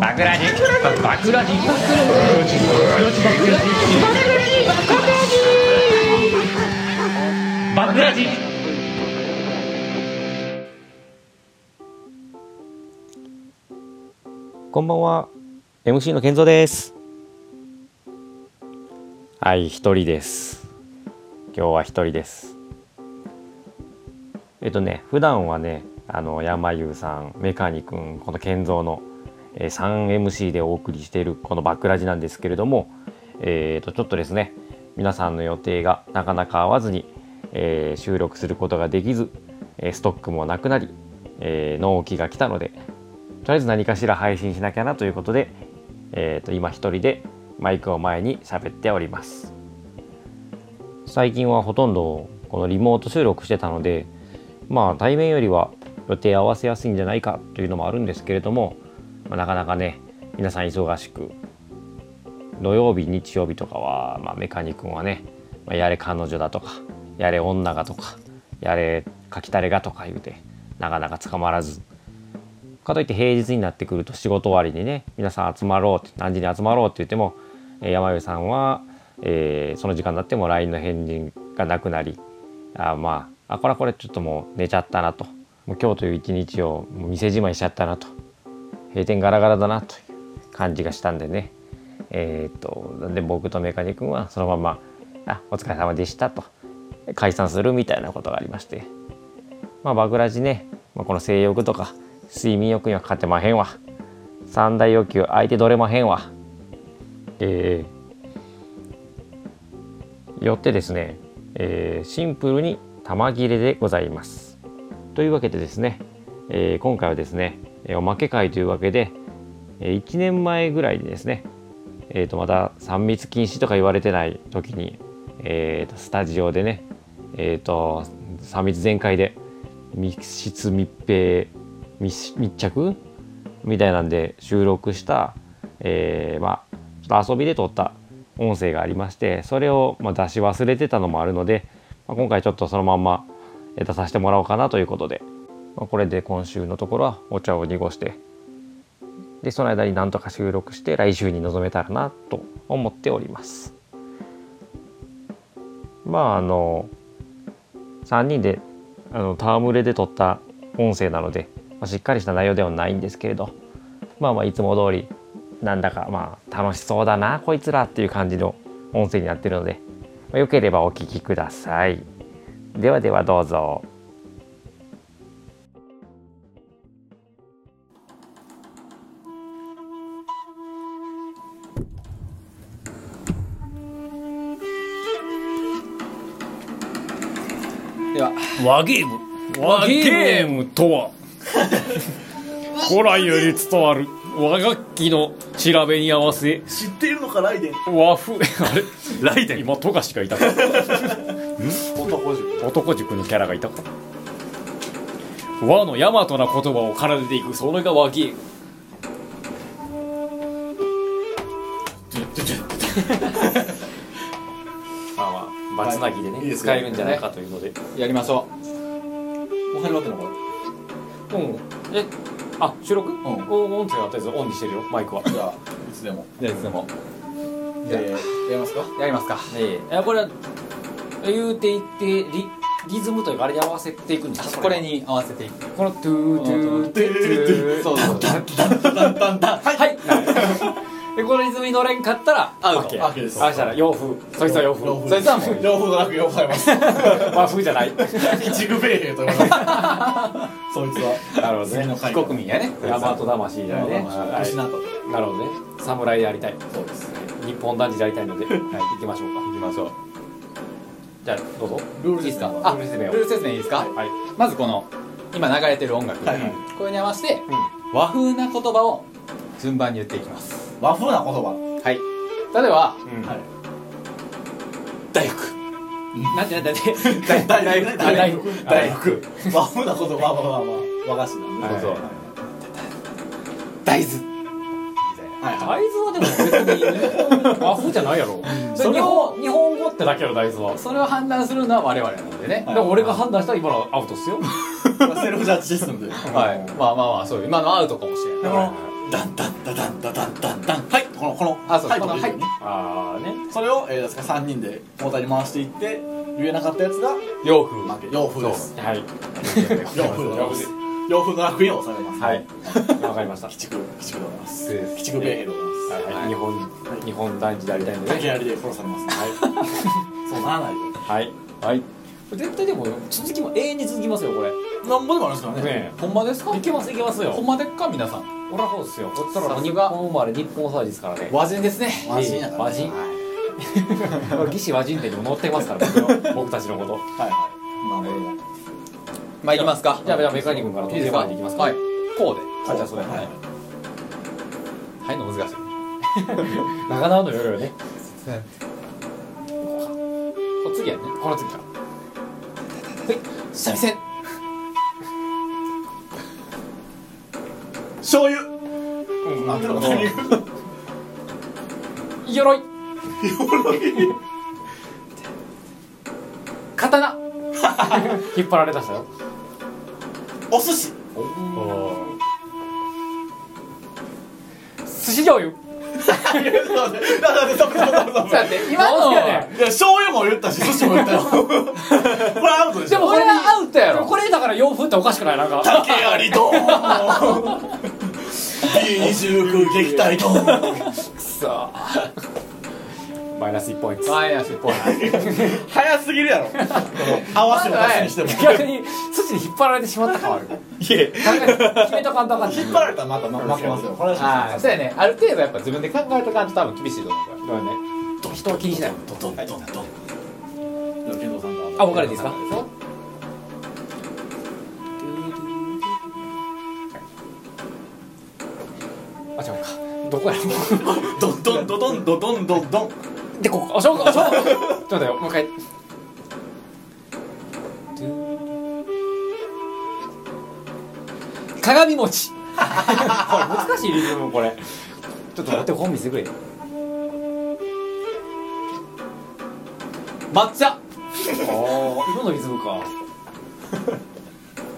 バクラジバクラジバクラジこんばんは。MC の健三です。はい、一人です。今日は一人です。えっとね、普段はね、あの山優さん、メカニ君、この健三の、えー、3MC でお送りしているこのバックラジなんですけれども、えー、とちょっとですね、皆さんの予定がなかなか合わずに、えー収録することができず、えーストックもなくなり、えー納期が来たので、とりあえず何かしら配信しなきゃなということで、えー、と今一人でマイクを前に喋っております最近はほとんどこのリモート収録してたのでまあ対面よりは予定合わせやすいんじゃないかというのもあるんですけれども、まあなかなかね皆さん忙しく土曜日日曜日とかは、まあ、メカニ君はね、まあやれ彼女だとかやれ女がとかやれ書きたれがとか言うてなかなか捕まらずかといって平日になってくると仕事終わりにね皆さん集まろうって何時に集まろうって言っても、えー山上さんは、えーその時間になっても LINE の返事がなくなりあーまああこれはこれちょっともう寝ちゃったなともう今日という一日をもう店じまいしちゃったなと閉店ガラガラだなという感じがしたんでねえーっとなんで僕とメカニ君はそのまま「あお疲れ様でした」と解散するみたいなことがありまして。まあ、バグラジね、まあ、この性欲とか睡眠欲には勝てまへんわ三大欲求相手取れまへんわえーよってですね、えーシンプルに玉切れでございますというわけでですね、えー今回はですねえーおまけ会というわけで1年前ぐらいにですねえー、とまた3密禁止とか言われてない時に、えー、とスタジオでね、えー、と3密全開で密室密閉密密着みたいなんで収録した、えーまあ、ちょっと遊びで撮った音声がありましてそれを、まあ、出し忘れてたのもあるので、まあ、今回ちょっとそのまんまえー出させてもらおうかなということで、まあ、これで今週のところはお茶を濁してでその間になんとか収録して来週に臨めたらなと思っておりますまああの3人であの戯れで撮った音声なので、まあ、しっかりした内容ではないんですけれどまあまあいつも通りなんだかまあ楽しそうだなこいつらっていう感じの音声になってるので、まあ、よければお聞きくださいではではどうぞ和ゲーム和ゲームとは古来より伝わる和楽器の調べに合わせ知ってるのかライデン和風あれライデン今富樫がいたか男塾男塾のキャラがいたか和の大和な言葉を奏でていくそれが和ゲーム まあまあバツナギでね、いいですね使えるんじゃないかというのでやりましょうもう始まってんのこれうんえあ収録、んお音声はとりあえずオンにしてるよマイクはじゃあいつでもじゃあいつでもじゃあやりますかやりますかええこれは言うていってリリズムというかあれに合わせていくんですかこれに合わせていくこのトゥートゥートゥートゥーそうそうそうはいでこのリズムに乗れんかったらアウトオッケーアウトですあしたら洋風そいつは洋風それじゃ あもう両方となく両方あります和風じゃない一グベーヘと呼ばれてそいつはなるほど次のね回非国民やね大和魂じゃないねはい失ったとなるほどね侍でありたいそうです日本男児でありたいのではい行きましょうか行きましょうじゃあどうぞルールですかルあールル説明をール説明いいですかはいまずこの今流れてる音楽はいはいこれに合わせて和風な言葉を順番に言っていきます和風な言葉はい例えばうんうんはい大福なんてなんてなんて大大福大大福福大福和風な言葉は和和和菓子なんではいそうそう大豆はいはい大豆はでも別に和風じゃないやろそれ日本日本語ってだけやろ大豆はそれを判断するのは我々なんでねでも俺が判断したら今のアウトっすよこれはセルフジャッジですのではい、まあまあまあそういう今のアウトかもしれでないもダンダンダダンダダンダンダンはいこのこのあそうはいここののはいはいねああねそれを、えー、ですから3人で交代に回していって言えなかったやつが洋風負け洋風ですはい洋風でございます洋風の楽園を収めますはいわかりました鬼畜鬼畜でございますで鬼畜米兵でございますはいはい日本日本男児でありたいんで掛けねやりで殺されますそうならないではいはい絶対でも続きも永遠に続きますよこれなんぼでもあるんですからねねほんまですかえいけますいけますほよんまでっか皆さんほらそうですよこったさらす日が本生まれ日本育ちですからね和人ですね和人やからね和人義士和人伝にも載ってますから僕の僕たちのことはいはいまあ俺もまあいきますかじゃあじゃあメカニックからいいですまかでいきますかはいこうであじゃあそれははいいはいの難しい長々の夜よねこ次やねこの次か三味線醤油あってるのか醤油鎧 刀 引っ張られ出したよお寿司寿司醤油なんでなんでなんでなんでなんでだって今のやねいや醤油も言ったし寿司も 言ったよこれアウトでしでょもこれはアウトやろろこれだから洋風っておかしくないなんか竹ありと B29 撃退とさあ マイナス1ポイントマイナス1ポイン 早すぎるやろこの合わせる足しにしても逆に寿司に引っ張られてしまったか悪い決めとかんとあかん引っ張られたらまた負けますよこれはしトああそうやねある程度やっぱ自分で考えとかんと多分厳しいと思うからね人は気にしないドドンドンドンでは健三さんがあ僕からでいいですかあ違うかどこやろドンドンドドンドドンドド ンでここあそうかあ そうかちょっと待ってよもう一回鏡餅 これ難しいリズムこれちょっと待って本見せてくれ抹茶今のリズムか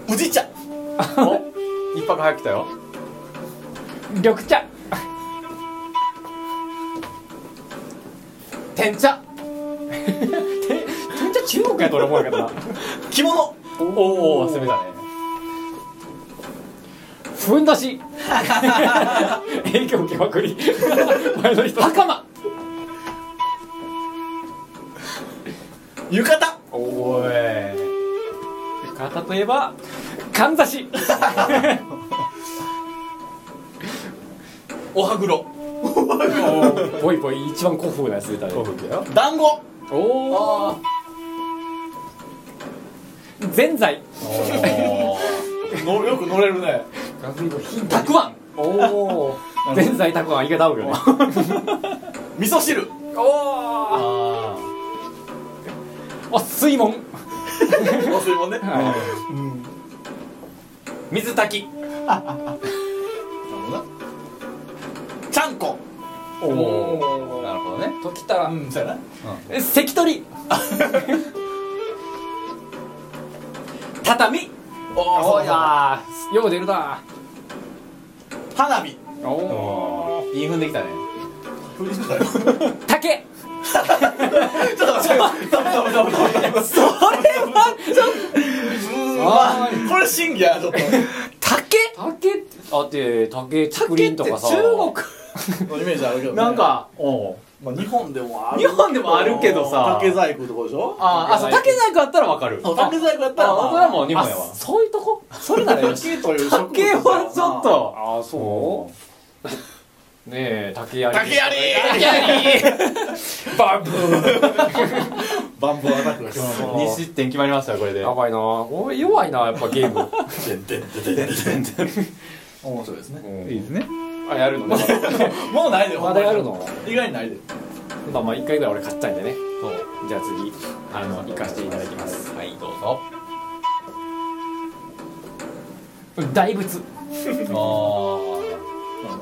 おじいちゃん一泊早く来たよ緑茶天茶めっちゃ中国やと俺思うけどな着物おお攻めたねふんど し影響受けまくり前の人袴浴衣おーい方といえばかんざしおはぐろぽいぽい一番古風なやつ出たね古風だよ団子おおぜんざいのよく乗れるねたくあんおおぜんざいたくあんいけた合うよね味噌汁おおあお水門お吸い物ね水炊きちゃんこおなるほどねときたらうんそうやなえ関取り畳おおおーいやーよう出るな花 火おおインフンできたね振りしたよ竹ちょっと待ってダメダメダメダメダメそれはちょっうわこれ審議やなちょっと竹竹ってあって竹竹林とかさのイメージあるけどねなんかおおまあ日本でもある日本でもあるけどさ竹細工ってことでしょあーあそう竹細工あったらわかるそう竹細工やったらあ僕らも日本やわあそういうとこそれならよ し竹という植物竹はちょっとあそうねえ竹やり竹槍竹やりバンブーバンボーアタックが決まる2失点決まりましたよこれでやばいなこれ弱いなやっぱゲーム面白いですねいですねあやるのまだもうない でまだやるの意外にないでまあまあ一回ぐらい俺買ったんでねそうじゃあ次あの行かせていただきますはいどうぞ大仏あなるほどねあ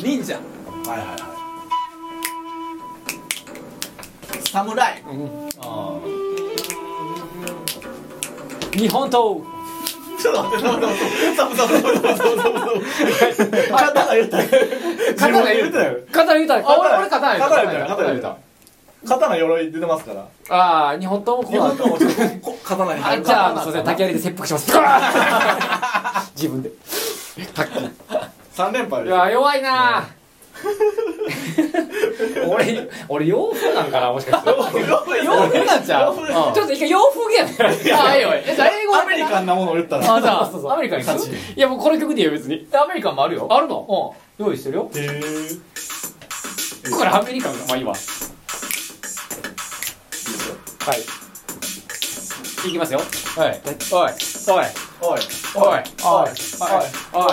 忍者はいはいはい侍あ日本刀ちょっと待って待って待って待って待って待って待って待って待って肩が言った肩が言ったよ刀言うたら、あ、俺、俺刀言うた肩が言った肩の鎧出てますからああ、日本刀もこう日な本るともちょっとこ刀に入あ、るじゃあ、すいません、竹槍で切腹します。ガー ン自分で。 3連敗いや、弱いな 俺、俺、洋風なんかな、もしかして。洋風なんちゃうちょっと一回洋風ゲームやめあ、いいよ。え、じゃあ英語アメリカンなものを言ったらあ、じゃあ、アメリカに行くいや、もうこの曲でいいよ、別に。アメリカンもあるよ。あるのうん。用意してるよ。へーこれアメリカンか、まあいいわ。はい。いきますよ。はいおいおおいいおい、おいおい、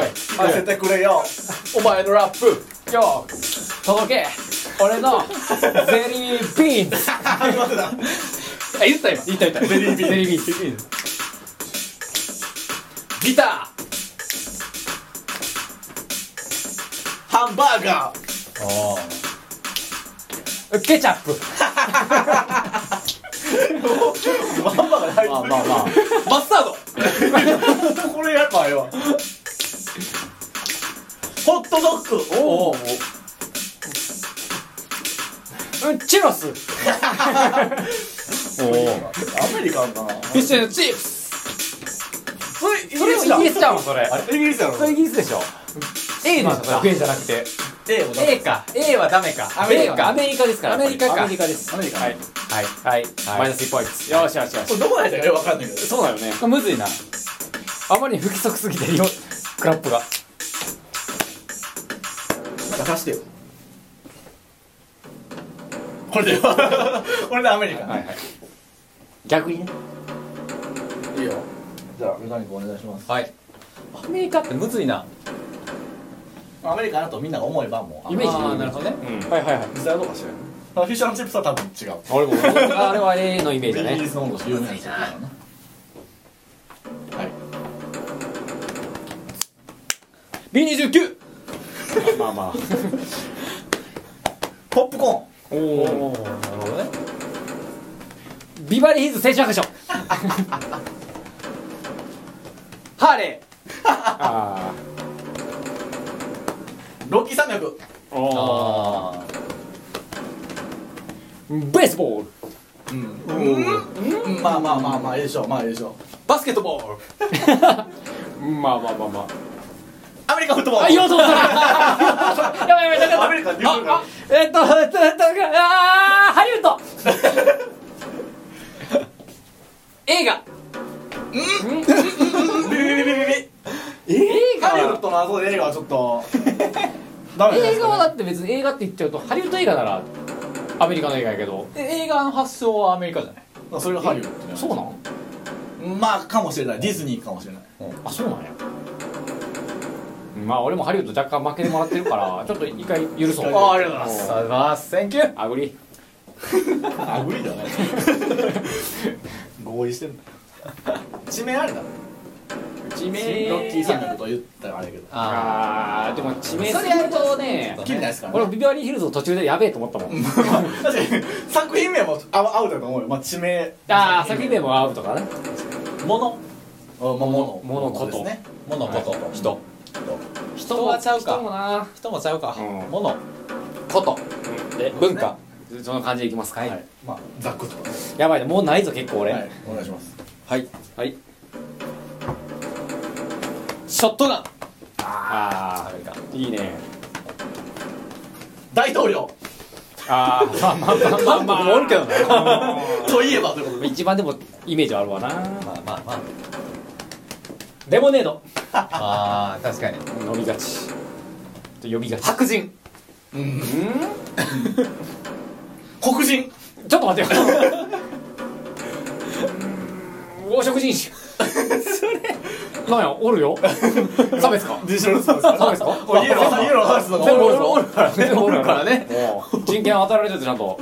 聞かせてくれ よお前のラップ、よー、届け、俺 のゼリービーンズ。始まってたあ、言った今。言った言った。ゼリービーンズ。ゼリービーンズ。ギタハンバーガーー、ケチャップ。ハンバーガー入ってるまあ。マスタード。これやっぱあれはホットドッグおお。うん、チュロス。アメリカンかなフィッシュチップス。それイギそれリもスイだギリスちゃうもん、それ。あれイギリスやろそれイギリスでしょ。A のさ、A じゃなくて。 A を出 A か。 A はダメかアメリカ。アメリカですから。アメリカかアメリカです。アメリカンはい。はい。マイナス1ポイント。よしよしよしこ。れどこのやつかよくわかんないけどそうだよね。むずいなあまりに不規則すぎてるよ。クラップが。なんか貸してよこれだよ これでアメリカンはいはい逆にね。いいよじゃあメカニックお願いしますはいアメリカってむずいなアメリカンだとみんなが思えばもうイメージあーなるほどねはいはいはい。実際はどうかしらんフィッシュチップスは多分違うあれも。あれは A のイメージだイギねリ。スの温度有名なやつだからなはい B29! まあまポップコおお。なるほどねビバリーヒルズ青春白書。 ハーレあ。あーンロッキー山脈ー。 おあベースボール。うんうんうんまあまあまあまあいいでしょうまあいいでしょうバスケットボールまあまあまあまあ。アメリカンフットボールあ、言おうと思った。やばいやばい、なかアっメリカンってた。言うあか、あ、えっと、えっと、えっと、あー、ハリ ウッド映画らビビビビビビ映ハリウ画ッドの謎で映画はちょっとダメじゃないで映す画かはねだって別に映画って言っちゃうとハリウッド映画ならアメリカの映画やけどえ映画の発祥はアメリカじゃないそれがハリウッドねそうなんまあかもしれないディズニーかもしれないあそうなんやまあ俺もハリウッド若干負けてもらってるから ちょっと一回許そうりがとうあございありがとうございますセンキューアグリあ無理だね合意してんだ地名あれだ地ロッキー山脈と言ったらあれやけどああーでも地名そそれれややるるととねきりないですから俺ねビバリーヒルズの途中でやべえと思ったもん 確かに作品名もあアウトだと思うよまあ地名ああ作品名もアウトかねものあまあものものことですねものこと人人はちゃうか人もな人もちゃうかうんものことで文化その感じでいきますか、はいまあざっくりとはやばいねもうないぞ結構俺、いお願いしますはいはいショットガンアあメリカあ。いいね。大統領ああ。まあまあまあ韓国もおるけどなといえばということで一番でもイメージあるわなまあまあまあレモネードあー確かに 飲みがち呼びがち白人黒人ちょっと待ってようーん黄色人種それなんやおるよ差別かディショルスですか差別かイエローイエローハウスの全部おるぞおるからね全部おるおるからねもう人権与えられてるちゃんと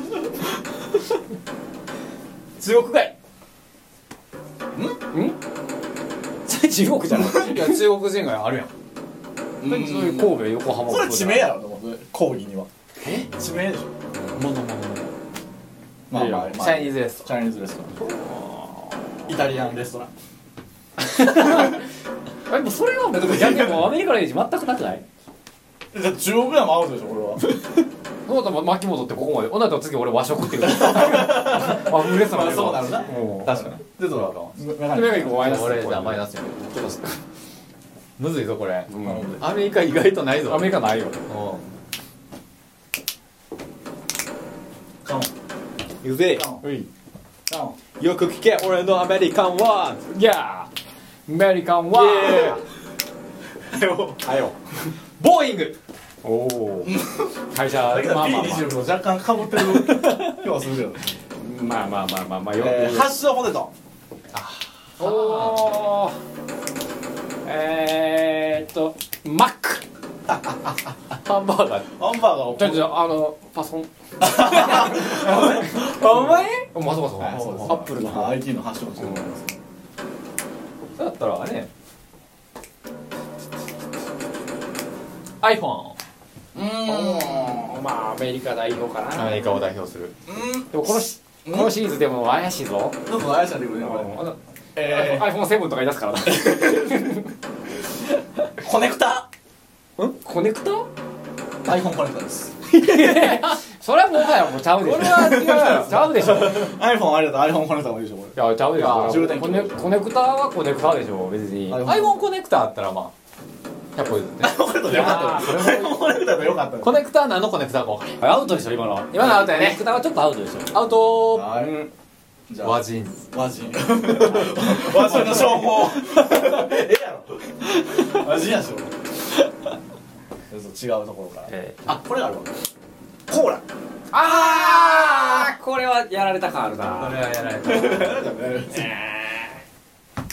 中国外それ中国じゃないそ いや中国人街あるや んれそういう神戸横浜これ地名やろでも講義にはえ地名でしょものものまあまあまあチャイニーズレスチャイニーズレストランイタリアンレストランえでもそれはもう逆にもうアメリカのイメージ全くなくないじゃあ中国でもアウトでしょこれはそうだもん巻き戻ってここまでほんなら次俺和食って言 う和風レストランでそうなるなも確かにでどうだったのうメガネ君マイナス俺じゃあマイナナスやけどちょっとむずいぞこれうアメリカ意外とないスぞアメリカないようんカモン行くぜカモンういカモンよく聞け俺のアメリカンワーいやーアメリカンははよボーイングおお会社まあまあ P26 と若干かぶってる気はするけどまあまあまあまあまあまあよ えーくハッシュドポテトおおえーっとマッ クハンバーガーハンバーガーをちょっとあのパソコンお前あまさまさあそうですアップルのまあ IT のハッシュドポテトですねそうだったらね iPhone まあアメリカ代表かなアメリカを代表するでもこのしこのシリーズでも怪しいぞちょっと怪しいなってくるねこれあのえ iPhone7 とか言い出すからなーコネクタコネクタ iPhone コネクタです それはもはやもうちゃうでしょこれは違うちゃうでしょ iPhone あれだと iPhone コネクタもいいでしょこいやちゃうでしあ充ょ電器コネコネクタはコネクタでしょ別にれ iPhone コネクタあったらまあ100個譲ってね iPhone コネクタでよかあーっそれた iPhone コネクタでよかったコネクタは何のコネクタか分からへんアウトでしょ今のは今のアウトやコネねクタはちょっとアウトでしょアウトはいじゃあ和人和人 和人の称号 ええやろ和人やしょ違うところから、えあこれがあるわコーラああこれはやられた感あるこなれはやられた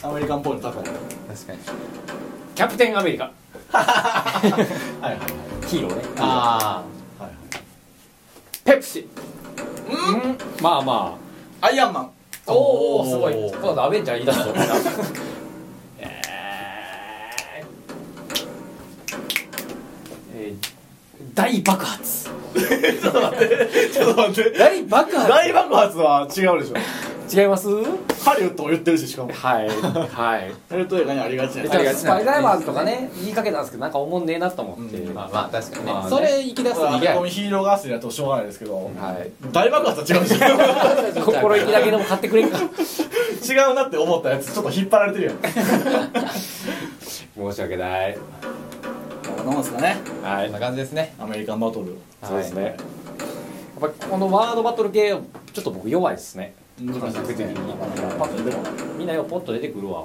アメリカンポール高い確かにキャプテンアメリカはいはいはいヒーローねあはいペプシうんまあまアイアンマンあおおすごいおー今度アベンジャー言い出すぞ えー大爆発ちょっと待ってちょっと待って大爆発大爆発は違うでしょ違いますハリウッドを言ってるししかも はいはいハリウッド映画にありがちなじやゃあスパイダーマンとかね言いかけたんですけどなんかおもんねえなと思って、うあんまあまあ確かにね,、まあねそれ行き出すつと逃げやこれヒーローガースやとしょうがないですけどはい大爆発は違うでしょ心意気だけでも買ってくれんか違うなって思ったやつちょっと引っ張られてるやん 申し訳ないこんなもんですかねはこんな感じですねアメリカンバトルそうですね、やっぱりこのワードバトル系ちょっと僕弱いですね難しいですねパッと出てこないみんなよポッと出てくるわ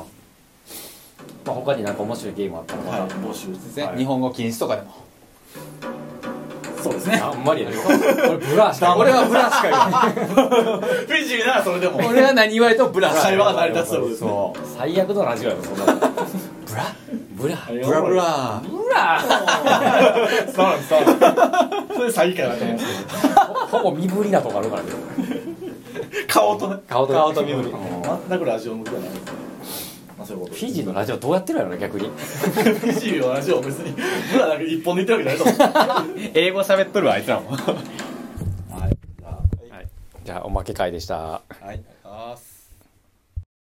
まあ他になんか面白いゲームあったらまはいた、募集全然日本語禁止とかでもそうですねあんまりやるよ俺ブラーしか俺はブラしか言わないフィジーならそれでも 俺は何言われてもブラしか会言わ話が成ないり立つということですねそう最悪のラジオやろそんなのブラブラありがブとラうごブざいラブラますそうなんですそうなんですそれ最下位だと思うんですけほぼ身振りなとこあるからねど顔とね顔と顔と身振り全くラジオ向きじゃないですまあそういうことフィジーのラジオどうやってるやろね逆にフィジーのラジオは別に ブラだけ一本で言ってるわけじゃないと思う英語喋っとるわあいつらもはじゃあおまけ会でしたい